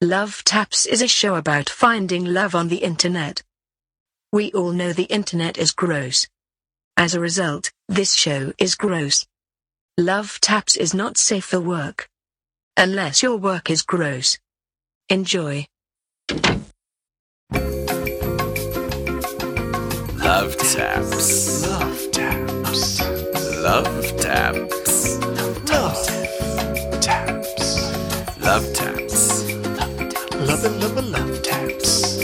Love Taps is a show about finding love on the internet. We all know the internet is gross. As a result, this show is gross. Love Taps is not safe for work. Unless your work is gross. Enjoy. Love taps. Love taps. Love taps. Love taps. Love taps. Love and love and love taps.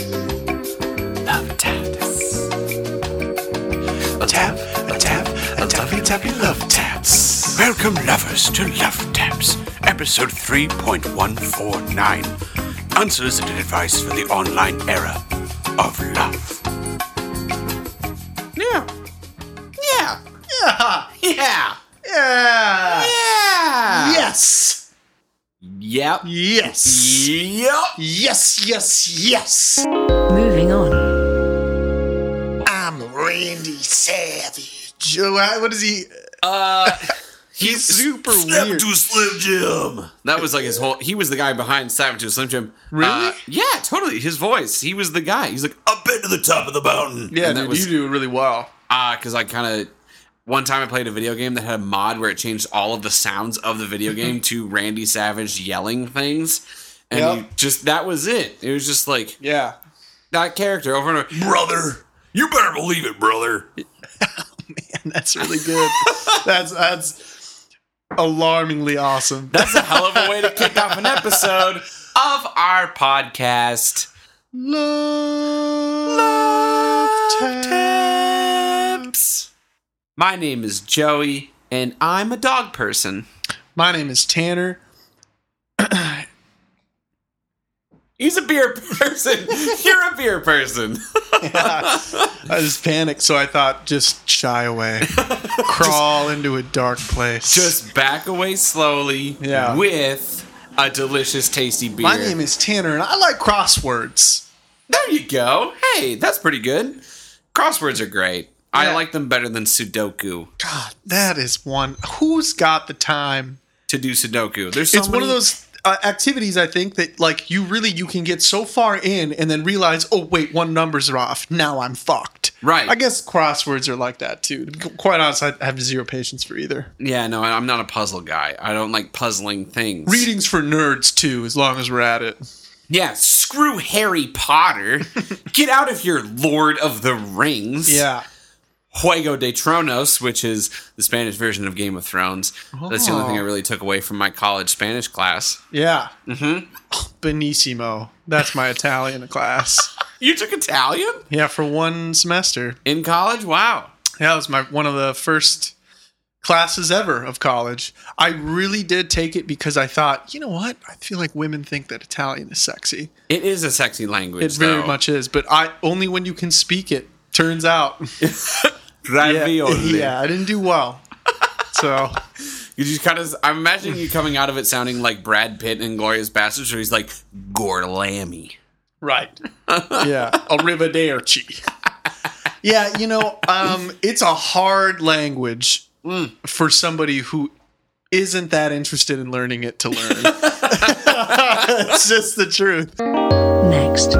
Love taps. A tap, a tap, a tappy tappy love taps. Welcome, lovers, to Love Taps, episode 3.149 Unsolicited advice for the online era of love. Yeah. Yeah. Yeah. Yeah. Yeah. Yes. Yep. Yes. Yep. Yes, yes, yes. Moving on. I'm Randy Savage. Oh, I- What is he? Uh, He's super Snap weird. to Slim Jim. That was like his whole. He was the guy behind Snap to Slim Jim. Really? Uh, yeah, totally. His voice. He was the guy. He's like up into the top of the mountain. Yeah, and that dude, was you do really well. ah because I kind of. One time I played a video game that had a mod where it changed all of the sounds of the video game to Randy Savage yelling things. And Yep. you just that was it. It was just like Yeah. that character over and over. Brother, you better believe it, brother. And that's really good. that's that's alarmingly awesome. That's a hell of a way to kick off an episode of our podcast. Love, tips. My name is Joey, and I'm a dog person. My name is Tanner. He's a beer person. You're a beer person. I just panicked, so I thought just shy away, crawl into a dark place. Just back away slowly Yeah. with a delicious, tasty beer. my name is Tanner, and I like crosswords. there you go. Hey, that's pretty good. Crosswords are great. I Yeah. like them better than Sudoku. God, that is one. Who's got the time? To do Sudoku, there's so it's one of many- those uh, activities I think that like you really you can get so far in and then realize, oh wait, one number's off. Now I'm fucked. Right. I guess crosswords are like that too. To be quite honest, I have zero patience for either. Yeah, no, I'm not a puzzle guy. I don't like puzzling things. Readings for nerds too, as long as we're at it. Yeah, screw Harry Potter. Get out of here, Lord of the Rings. Yeah. Juego de Tronos, which is the Spanish version of Game of Thrones. That's the only thing I Oh. really took away from my college Spanish class. Yeah. Mm-hmm. Benissimo. That's my Italian class. You took Italian Yeah, for one semester. in college? Wow. Yeah, it was my one of the first classes ever of college. I really did take it because I thought, you know what? I feel like women think that Italian is sexy. It is a sexy language. It very though. much is, but I only when you can speak it. Turns out, yeah, Ravioli. yeah, I didn't do well. So You just kind of. I'm imagining you coming out of it sounding like Brad Pitt in Glorious Bastards, where he's like Gorlami. Right. yeah. Arrivederci. yeah, you know, um, it's a hard language for somebody who isn't that interested in learning it to learn. it's just the truth. Next.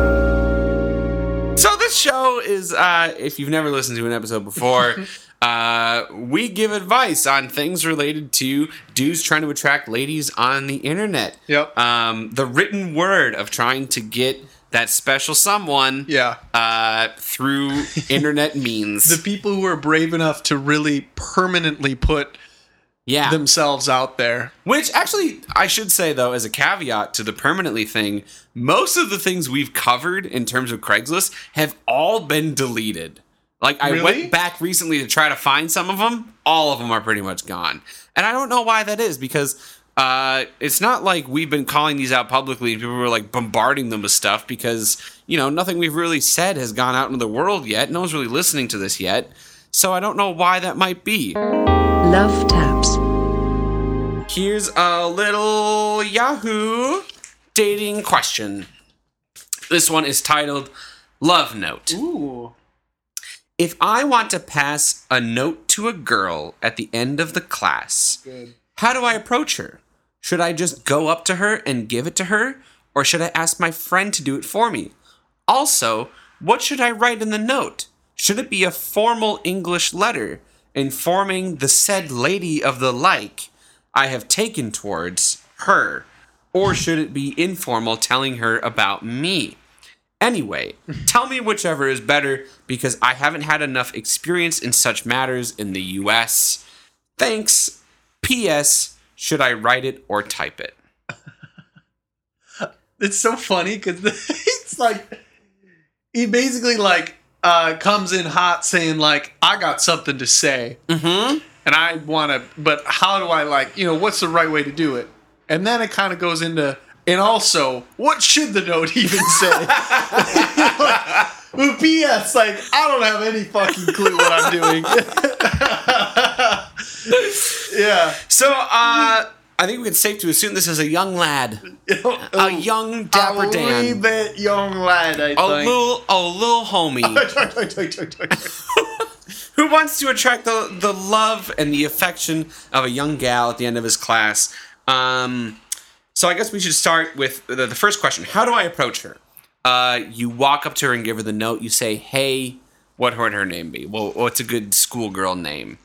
So this show is, uh, if you've never listened to an episode before, uh, we give advice on things related to dudes trying to attract ladies on the internet. Yep. Um, the written word of trying to get that special someone. Yeah. Uh, through internet means. The people who are brave enough to really permanently put yeah. themselves out there. Which actually, I should say though, as a caveat to the permanently thing, most of the things we've covered in terms of Craigslist have all been deleted. Like I Really? went back recently to try to find some of them. All of them are pretty much gone, and I don't know why that is because uh, it's not like we've been calling these out publicly. and People were like bombarding them with stuff because you know nothing we've really said has gone out into the world yet. No one's really listening to this yet, so I don't know why that might be. Love Taps. Here's a little Yahoo dating question. This one is titled Love Note. Ooh. If I want to pass a note to a girl at the end of the class, how do I approach her? Should I just go up to her and give it to her, or should I ask my friend to do it for me? Also, what should I write in the note? Should it be a formal English letter informing the said lady of the like I have taken towards her, or should it be informal telling her about me? Anyway, tell me whichever is better because I haven't had enough experience in such matters in the US. Thanks. P.S. Should I write it or type it? It's so funny because it's like he basically like uh, comes in hot saying like I got something to say Mm and I want to, but how do I like you know what's the right way to do it? And then it kind of goes into and also what should the note even say? Well, P.S. Like I don't have any fucking clue what I'm doing. yeah, hmm. So, uh, I think we can safe to assume this is a young lad, Oh, a young dapper a wee Dan, bit young lad. I a think. little, a little homie who wants to attract the the love and the affection of a young gal at the end of his class. Um, so I guess we should start with the, the first question. How do I approach her? Uh, you walk up to her and give her the note. You say, "Hey, what would her name be? Well, what's a good schoolgirl name?"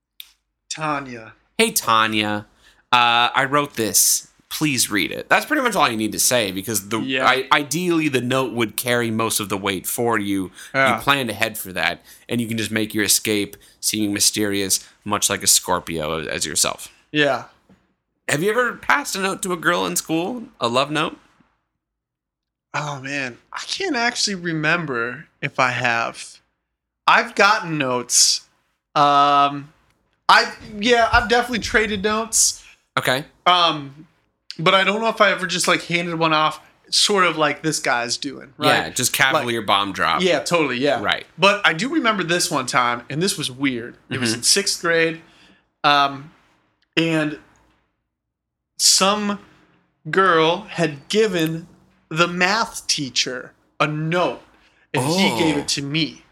Tanya. hey tanya uh, i wrote this please read it that's pretty much all you need to say because the Yeah. I, ideally the note would carry most of the weight for you Yeah. you planned ahead for that and you can just make your escape seeming mysterious much like a scorpio as yourself Yeah. have you ever passed a note to a girl in school a love note Oh man, I can't actually remember if I have. I've gotten notes. Um, I yeah, I've definitely traded notes. okay Um, but I don't know if I ever just like handed one off, sort of like this guy's doing. yeah Right? just cavalier bomb drop Yeah, totally. Yeah. Right. But I do remember this one time, and this was weird. It Mm-hmm. was in sixth grade. Um, and some girl had given the math teacher a note, and Oh. he gave it to me.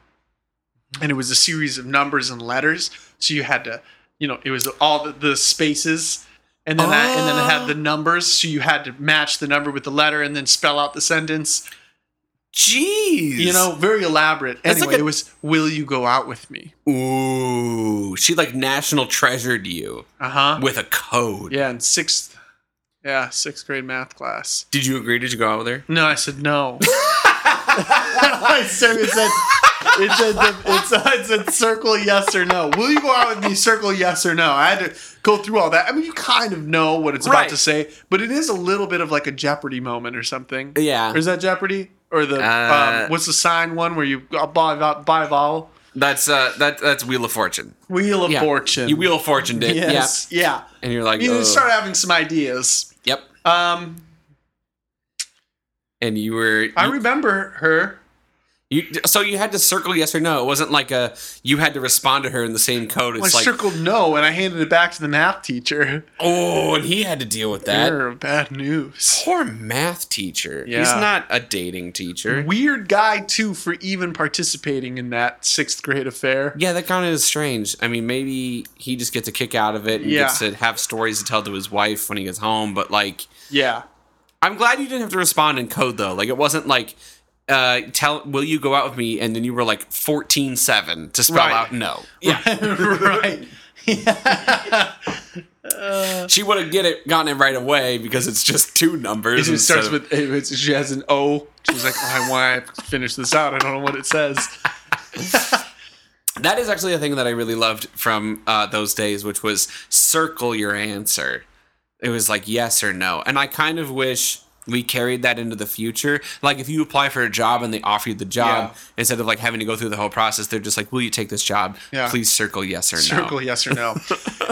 And it was a series of numbers and letters. So you had to, you know, it was all the, the spaces. And then, I, and then I had Oh. the numbers, so you had to match the number with the letter, and then spell out the sentence. jeez You know, very elaborate. That's Anyway, like a- it was "Will you go out with me?" ooh she like national treasured you Uh huh. with a code Yeah, in sixth, yeah, sixth grade math class. did you agree did you go out with her No, I said no. I said it said it said, the, it, said, it said circle yes or no. Will you go out with me? Circle yes or no. I had to go through all that. I mean, you kind of know what it's Right. about to say, but it is a little bit of like a Jeopardy moment or something. Yeah. Or is that Jeopardy? Or the Uh, um, what's the sign one where you uh, buy buy vowel? That's uh that that's Wheel of Fortune. Wheel of Yeah. Fortune. You Wheel of Fortune did. Yes. Yep. Yeah. And you're like, You "Ugh." start having some ideas. yep. Um, And you were you, I remember her. you- so you had to circle yes or no. It wasn't like a you had to respond to her in the same code. I It's like circled no, and I handed it back to the math teacher. oh, and he had to deal with that. Error, bad news. Poor math teacher. He's Yeah. Mm-hmm. not a dating teacher. Weird guy too for even participating in that sixth grade affair. yeah, that kind of is strange. I mean, maybe he just gets a kick out of it and Yeah. gets to have stories to tell to his wife when he gets home. But like, Yeah, I'm glad you didn't have to respond in code though. Like it wasn't like uh tell will you go out with me and then you were like 14-7 to spell Right. out no. Yeah. right. she would have get it gotten it right away because it's just two numbers. It just instead starts of- with if it's, she has an O. She's like, "Oh, I want to finish this out. I don't know what it says. That is actually a thing that I really loved from uh those days which was circle your answer. It was like yes or no. And I kind of wish we carried that into the future. Like if you apply for a job and they offer you the job, Yeah. instead of like having to go through the whole process, they're just like, "Will you take this job? Yeah. Please circle yes or no." circle yes or no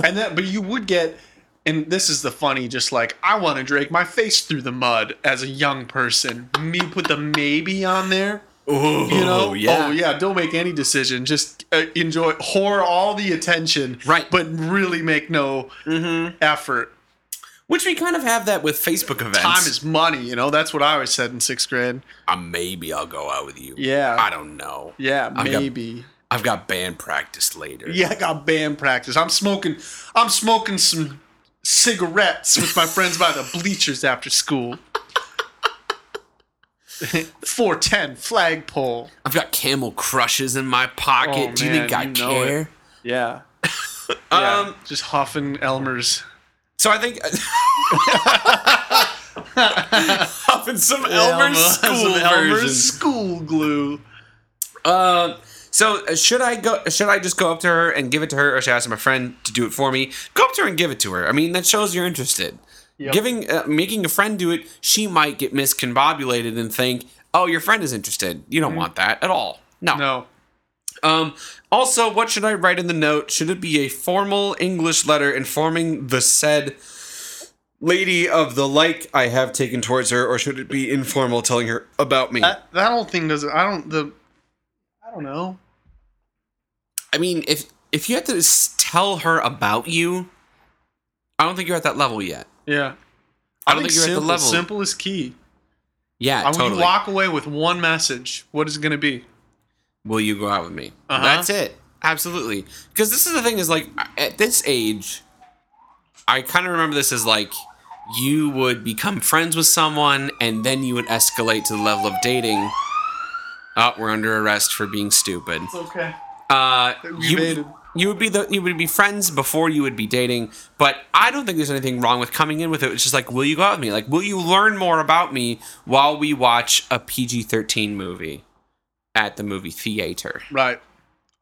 and that but you would get and this is the funny just like i want to drag my face through the mud as a young person me put the maybe on there Ooh, you know yeah. oh yeah don't make any decision just uh, enjoy whore all the attention Right. Mm-hmm. but really make no effort Which we kind of have that with Facebook events. time is money you know that's what i always said in sixth grade Uh, maybe I'll go out with you. Yeah. I don't know. yeah I've got- maybe I've got band practice later. Yeah, I got band practice. I'm smoking. I'm smoking some cigarettes with my friends by the bleachers after school. 410 flagpole. I've got camel crushes in my pocket. Oh, Do you man, think I you know care? it. Yeah. Um, just huffing Elmer's. So I think up in some Elmer's Elmer- school some Elmer's version. school glue. Uh, so uh, should I go? Should I just go up to her and give it to her, or should I ask my friend to do it for me? Go up to her and give it to her. I mean, that shows you're interested. Yep. Giving, uh, making a friend do it, she might get miscombobulated and think, "Oh, your friend is interested. You don't want that at all." No. No. Um. Also, what should I write in the note? Should it be a formal English letter informing the said lady of the like I have taken towards her, or should it be informal, telling her about me? That, that whole thing doesn't. I don't. The. I don't know. I mean, if if you had to s- tell her about you, I don't think you're at that level yet. Yeah. I don't think, you're simple, at the level. Simple is key. Yeah, I totally. When you walk away with one message, what is it going to be? Will you go out with me? Uh-huh. That's it. Absolutely. Because this is the thing is like at this age, I kind of remember this as like you would become friends with someone and then you would escalate to the level of dating. Oh, we're under arrest for being stupid. Okay. Uh, We made you, it. you would be the you would be friends before you would be dating. But I don't think there's anything wrong with coming in with it. It's just like, will you go out with me? Like, will you learn more about me while we watch a PG-13 movie at the movie theater? Right.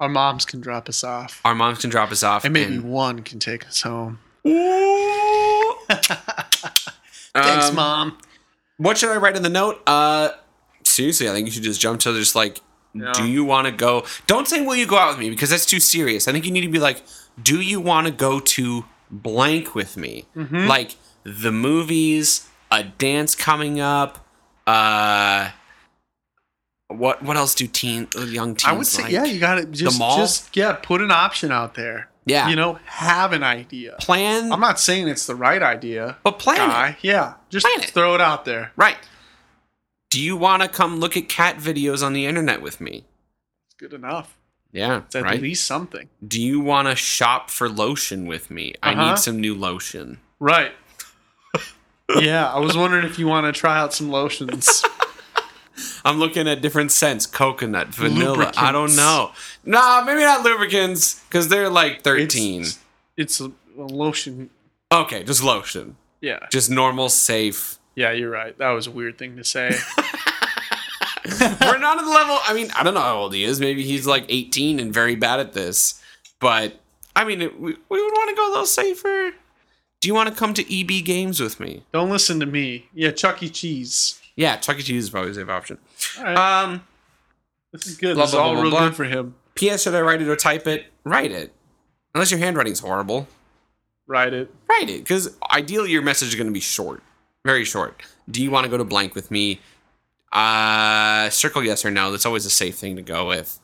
Our moms can drop us off. Our moms can drop us off. And maybe and- one can take us home. Thanks, Thanks, Mom. mom. What should I write in the note? Uh, seriously, I think you should just jump to just like, do you want to go? Don't say, will you go out with me? Because that's too serious. I think you need to be like, do you want to go to blank with me? Mm-hmm. Like the movies, a dance coming up, uh, what what else do teen uh, young teens I would say, like? yeah, you got to just, mall? just, yeah, put an option out there. Yeah. You know, have an idea. plan, I'm not saying it's the right idea. but plan it. guy. Yeah. Just Plan it. throw it out there. right. Do you want to come look at cat videos on the internet with me? It's good enough. Yeah, It's at right. least something. do you want to shop for lotion with me? I Uh-huh. need some new lotion. Right. yeah, I was wondering if you want to try out some lotions. I'm looking at different scents: coconut, vanilla. I don't Lubricants. know. Nah, maybe not lubricants because they're like 13. It's, it's a, a lotion. okay, just lotion, Yeah. just normal, safe. Yeah, you're right. That was a weird thing to say. We're not at the level. I mean, I don't know how old he is. Maybe he's like 18 and very bad at this. But I mean, it, we, we would want to go a little safer. Do you want to come to EB Games with me? Don't listen to me. Yeah, Chuck E. Cheese. Yeah, Chuck E. Cheese is probably a safe option. All right. Um. this is good. blah, this is blah, all blah, real blah, good for him. P.S. Should I write it or type it? Write it. Unless your handwriting's horrible, Write it. write it. Because ideally, your message is going to be short, very short. Do you want to go to blank with me? Uh, circle yes or no. That's always a safe thing to go with.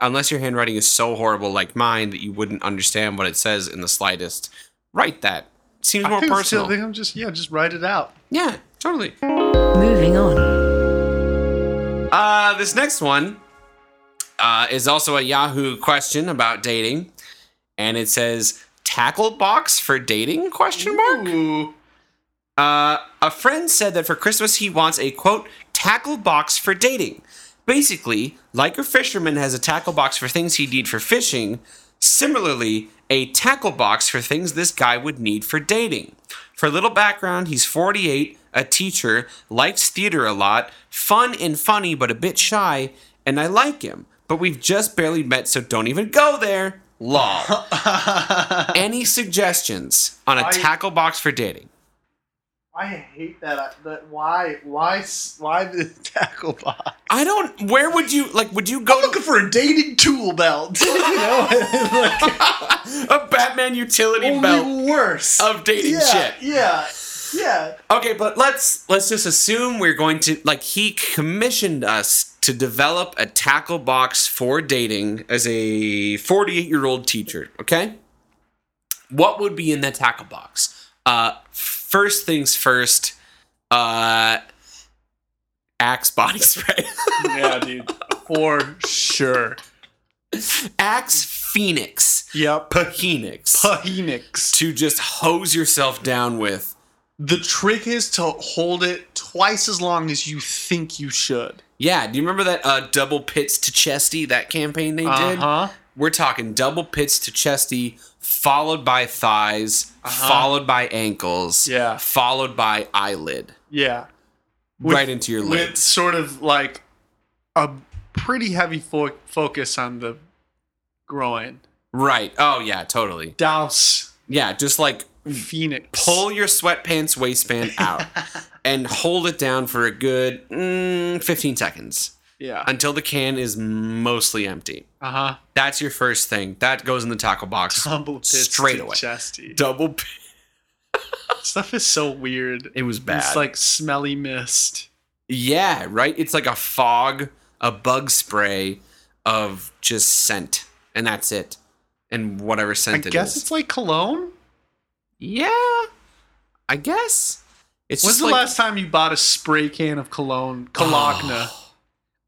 Unless your handwriting is so horrible, like mine, that you wouldn't understand what it says in the slightest. Write that. Seems I more think, still, personal. I think I'm just yeah, just write it out. yeah, totally. Moving on. Uh, this next one uh, is also a Yahoo question about dating, and it says tackle box for dating question mark. Ooh. Uh, a friend said that for Christmas he wants a quote tackle box for dating. Basically, like a fisherman has a tackle box for things he'd need for fishing, similarly, a tackle box for things this guy would need for dating. For a little background, he's 48, a teacher, likes theater a lot, fun and funny, but a bit shy, and I like him. But we've just barely met, so don't even go there. Lol. Any suggestions on a I- tackle box for dating? I hate that. That why why why the tackle box? I don't. Where would you like? Would you go Looking for a dating tool belt. you know, like, to a Batman utility only belt worse. of dating yeah, shit? yeah, yeah. Okay, but let's let's just assume we're going to like he commissioned us to develop a tackle box for dating as a 48 year old teacher. Okay, what would be in that tackle box? Uh, first things first. Uh, Axe body spray. Yeah, dude, for sure. Axe Phoenix. Yep. Pahenix. Phoenix. to just hose yourself down with. The trick is to hold it twice as long as you think you should. Yeah, do you remember that uh, double pits to chesty that campaign they did? Uh-huh. We're talking double pits to chesty, followed by thighs, followed by ankles, Uh-huh. Yeah. followed by eyelid, Yeah. With- right into your With lids. sort of like a pretty heavy fo- focus on the groin. Right. Oh yeah, totally. Douse Yeah, just like Phoenix. Mm. pull your sweatpants waistband out and hold it down for a good mm, 15 seconds Yeah. until the can is mostly empty. Uh huh. That's your first thing. That goes in the tackle box Humble tits straight to away. chesty. Double pit. Stuff is so weird. It was bad. It's like smelly mist. Yeah, right? It's like a fog, a bug spray of just scent. And that's it. And whatever I scent it guess is. it's like cologne. yeah. I guess. It's When's just the like- last time you bought a spray can of cologne? Cologne.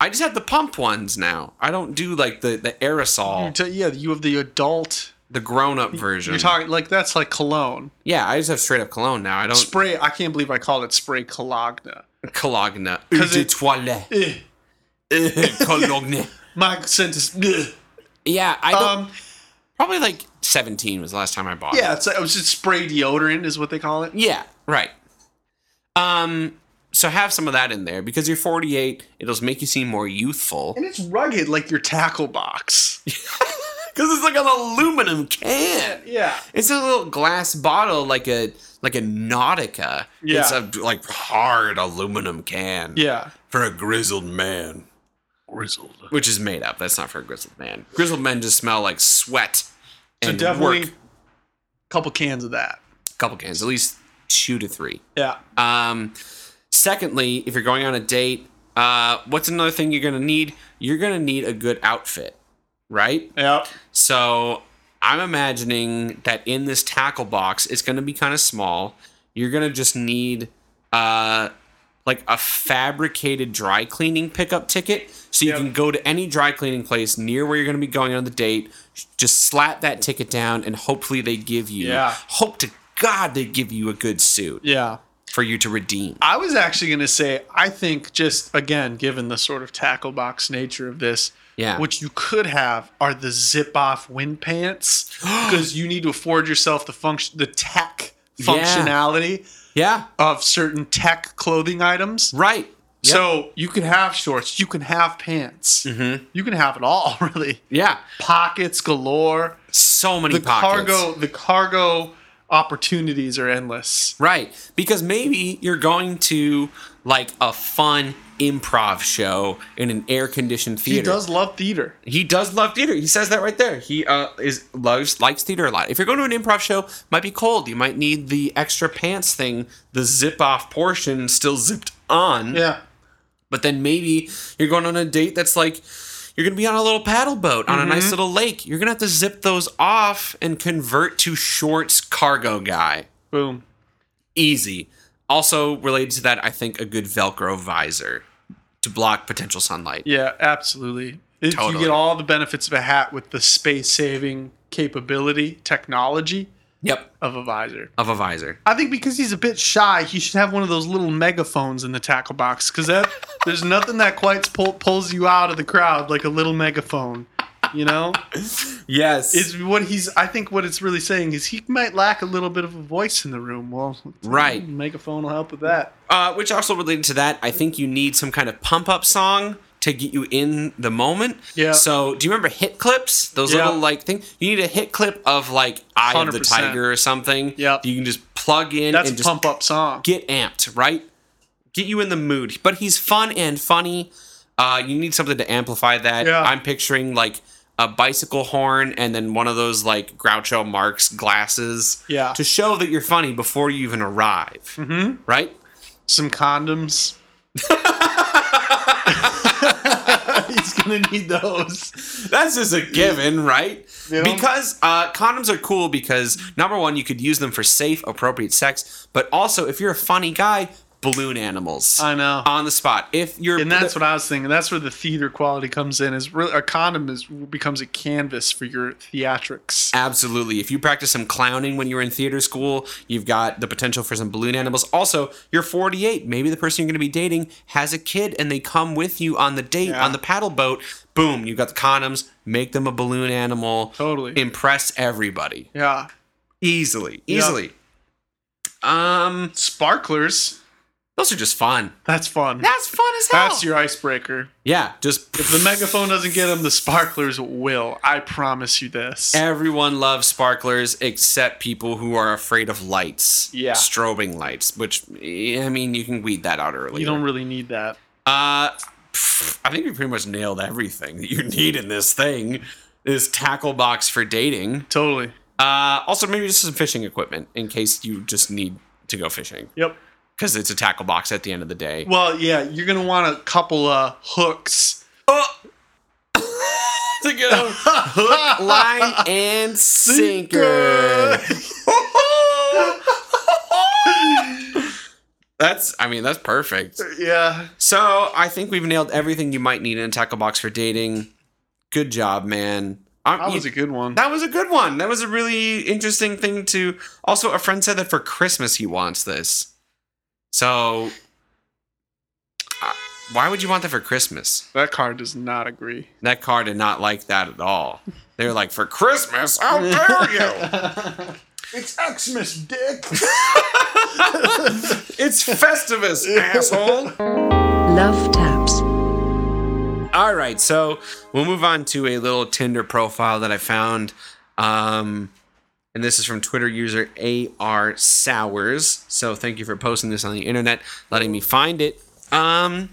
I just have the pump ones now. I don't do like the, the aerosol, yeah, you have the adult. the grown up version. You're talking like that's like cologne yeah, I just have straight up cologne now. I don't spray. I can't believe I called it spray cologne. cologne. 'Cause Eau de it- Eh. toilette. Eh, Ugh, Cologne. my sentence. ugh. Yeah, I don't, Um, probably like 17 was the last time I bought it. yeah, it's like, it was just spray deodorant is what they call it. Yeah, right. Um, so have some of that in there because you're 48. It'll make you seem more youthful And it's rugged like your tackle box. because it's like an aluminum can. Yeah. It's a little glass bottle, like a like a Nautica. Yeah. It's a like hard aluminum can. Yeah. For a grizzled man, Grizzled. which is made up. That's not for a grizzled man. Grizzled men just smell like sweat So and definitely work. a couple cans of that. A couple cans, at least two to three. Yeah. Um, secondly, if you're going on a date, uh, what's another thing you're gonna need? You're gonna need a good outfit, right? Yep. So I'm imagining that in this tackle box, it's gonna be kind of small. You're gonna just need uh, like a fabricated dry cleaning pickup ticket, so you Yep. can go to any dry cleaning place near where you're gonna be going on the date. Just slap that ticket down, and hopefully they give you. Yeah. Hope to God they give you a good suit Yeah. for you to redeem. I was actually going to say, I think just again, given the sort of tackle box nature of this, Yeah. what you could have are the zip off wind pants because you need to afford yourself the function, the tech functionality Yeah. of certain tech clothing items. Right. So you can have shorts, you can have pants, Mm-hmm. you can have it all, really. Yeah. Pockets galore. So many The pockets. cargo, the cargo opportunities are endless. Right. Because maybe you're going to like a fun improv show in an air conditioned theater. He does love theater. He does love theater. He says that right there. He uh is loves likes theater a lot. If you're going to an improv show, might be cold. You might need the extra pants thing, the zip off portion still zipped on. Yeah. But then maybe you're going on a date that's like you're going to be on a little paddle boat on a nice little lake. You're going to have to zip those off and convert to shorts cargo guy. Boom. Easy. Also related to that, I think a good Velcro visor to block potential sunlight. Yeah, absolutely. If you Totally. get all the benefits of a hat with the space saving capability, technology Yep, of a visor. of a visor. I think because he's a bit shy, he should have one of those little megaphones in the tackle box because that there's nothing that quite pull, pulls you out of the crowd like a little megaphone. You know, Yes. it's what he's. I think what it's really saying is he might lack a little bit of a voice in the room. Well, Right. megaphone will help with that. uh, which also related to that, I think you need some kind of pump up song to get you in the moment. Yeah. So do you remember hit clips? Those Yeah. little like thing. You need a hit clip of like Eye of the 100%. Tiger or something. Yep. that You can just plug in That's and a just pump up song. get amped, right? Get you in the mood. But he's fun and funny. Uh, you need something to amplify that. Yeah. I'm picturing like a bicycle horn and then one of those like Groucho Marx glasses. Yeah. To show that you're funny before you even arrive. Mm-hmm. Right? some condoms. He's gonna need those. That's just a given, right? You know? Because uh, condoms are cool because number one, you could use them for safe, appropriate sex, but also if you're a funny guy, balloon animals I know. on the spot. If you're and that's what I was thinking. That's where the theater quality comes in. Is really, a condom is becomes a canvas for your theatrics. Absolutely. If you practice some clowning when you're in theater school, you've got the potential for some balloon animals. Also, you're 48. Maybe the person you're going to be dating has a kid and they come with you on the date Yeah. on the paddle boat. Boom, you've got the condoms. Make them a balloon animal. Totally. Impress everybody. Yeah, Easily. Yeah. Easily. Um, sparklers. those are just fun. That's fun. That's fun as hell. That's your icebreaker. yeah, just If the megaphone doesn't get them, the sparklers will. I promise you this. Everyone loves sparklers except people who are afraid of lights. Yeah. Strobing lights, which, eh, I mean, you can weed that out early. You don't really need that. Uh, pff, I think we pretty much nailed everything that you need in this thing. This tackle box for dating. Totally. Uh, also, maybe just some fishing equipment in case you just need to go fishing Yep. because it's a tackle box at the end of the day. Well, yeah, you're gonna want a couple uh, hooks. to get a hook, line, and sinker. that's, I mean, that's perfect. Yeah. So I think we've nailed everything you might need in a tackle box for dating. Good job, man. I'm- That was a good one. That was a good one. That was a really interesting thing to. Also, a friend said that for Christmas he wants this. So, uh, why would you want that for Christmas? That card does not agree. That car did not like that at all. They were like, for Christmas? How dare you? It's Xmas, dick. It's Festivus, asshole. Love taps. All right, so we'll move on to a little Tinder profile that I found. Um, and this is from Twitter user AR Sours. So thank you for posting this on the internet, letting me find it. Um,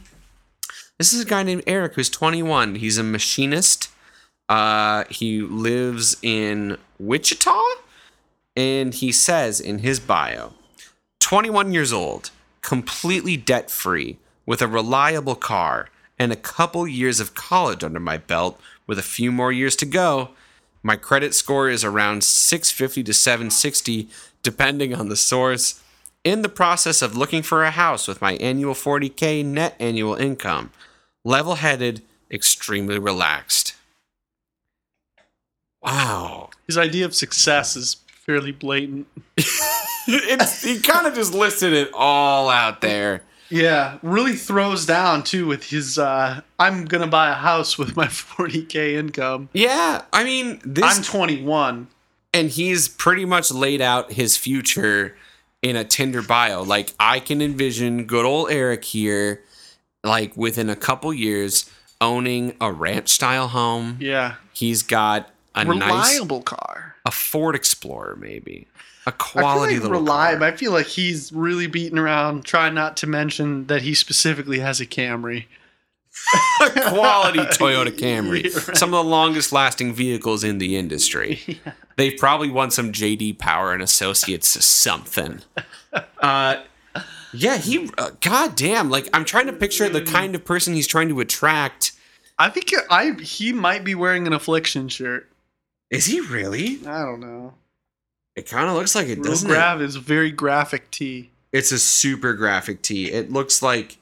this is a guy named Eric who's 21. He's a machinist. Uh, he lives in Wichita. And he says in his bio, 21 years old, completely debt free, with a reliable car, and a couple years of college under my belt with a few more years to go. My credit score is around 650 to 760, depending on the source. In the process of looking for a house with my annual 40K net annual income. Level headed, extremely relaxed. Wow. His idea of success is fairly blatant. It's, he kind of just listed it all out there. Yeah, really throws down too with his. uh I'm gonna buy a house with my 40k income. Yeah, I mean this, I'm 21. and he's pretty much laid out his future in a Tinder bio. Like I can envision good old Eric here, like within a couple years, owning a ranch style home. Yeah, He's got a nice reliable car. a Ford Explorer, maybe a I quality feel like little reliable. car. I feel like he's really beaten around. Try not to mention that he specifically has a Camry. quality Toyota Camry. Yeah, right. Some of the longest lasting vehicles in the industry. They've probably won some JD Power and Associates something. Uh, yeah, he. Uh, God damn! Like I'm trying to picture Mm. the kind of person he's trying to attract. I think I he might be wearing an affliction shirt. Is he really? I don't know. It kind of looks like it Real doesn't. it? Grav is very graphic tee. It's a super graphic tee. It looks like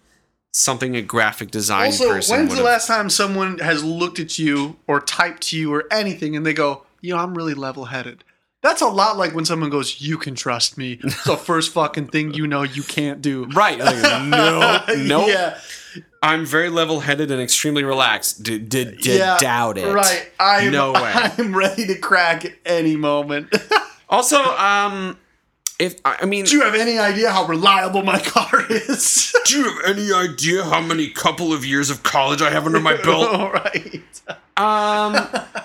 something a graphic design Also, person. when's the would've- last time someone has looked at you or typed to you or anything and they go, you know, I'm really level headed? That's a lot like when someone goes, you can trust me. It's the first fucking thing you know you can't do. Right. Like, no. No. Yeah. I'm very level headed and extremely relaxed. D- d- d- yeah. doubt it. Right. I'm, No way. I'm ready to crack at any moment. Also, um, if I I mean, do you have any idea how reliable my car is? do you have any idea how many couple of years of college I have under my All right. um,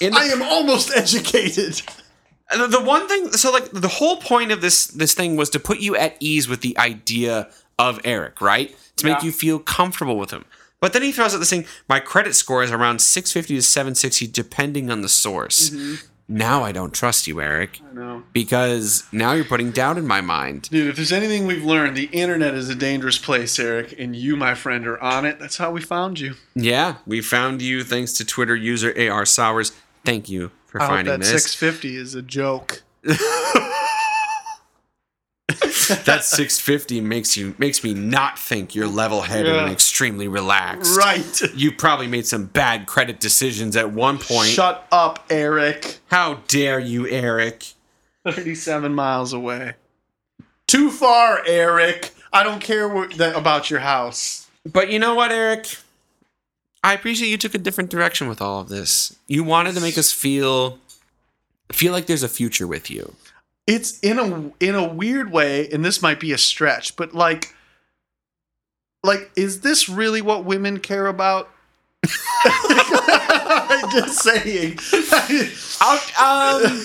in I the, am almost educated. the- the one thing, so like the whole point of this this thing was to put you at ease with the idea of Eric, right? To make Yeah. you feel comfortable with him. But then he throws out this thing. My credit score is around six fifty to seven sixty, depending on the source. Now I don't trust you, Eric, No. because now you're putting doubt in my mind. Dude, if there's anything we've learned, the internet is a dangerous place, Eric, and you, my friend, are on it. That's how we found you. Yeah, we found you thanks to Twitter user AR Sowers. Thank you for I hope finding that this. 650 is a joke. that 650 makes you makes me not think you're level-headed Yeah. and extremely relaxed. Right. You probably made some bad credit decisions at one point. Shut up, Eric. How dare you, Eric? 37 miles away. Too far, Eric. I don't care what, that, about your house. But you know what, Eric? I appreciate you took a different direction with all of this. You wanted to make us feel feel like there's a future with you. It's in a in a weird way, and this might be a stretch, but like like is this really what women care about? I'm just saying. I'll- um,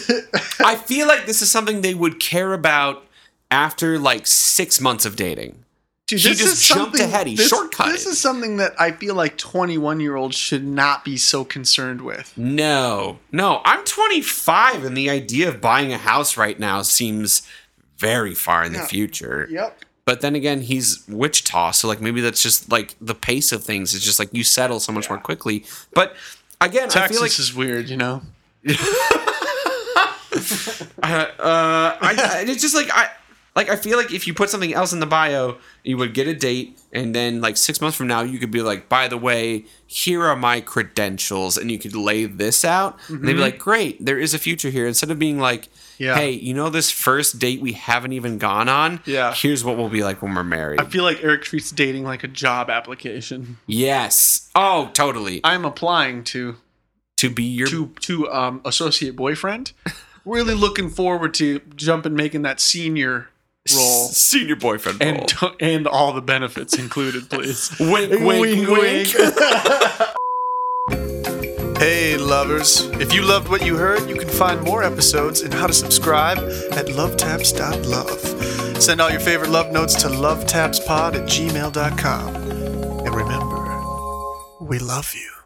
I feel like this is something they would care about after like six months of dating. Dude, He just jumped something- ahead. He this, shortcutted. This is something that I feel like 21 year olds should not be so concerned with. No, no, I'm 25, and the idea of buying a house right now seems very far in the future. Yep. But then again, he's Wichita, so like maybe that's just like the pace of things. It's just like you settle so much more quickly. But again, I Texas feel like is weird, you know? uh, I, I- it's just like I like I feel like if you put something else in the bio, you would get a date, and then like six months from now, you could be like, by the way, here are my credentials, and you could lay this out, and they'd be like, great, there is a future here. Instead of being like, Mm-hmm. Yeah. hey, you know this first date we haven't even gone on, Yeah. here's what we'll be like when we're married. I feel like Eric treats dating like a job application. yes, oh, totally. I'm applying to to be your to to um, associate boyfriend. Really looking forward to jumping, making that senior role senior boyfriend role. and and all the benefits included, please. wink, wink, wink. Hey, lovers. If you loved what you heard, you can find more episodes and how to subscribe at lovetaps.love. Send all your favorite love notes to lovetapspod at gmail.com. And remember, we love you.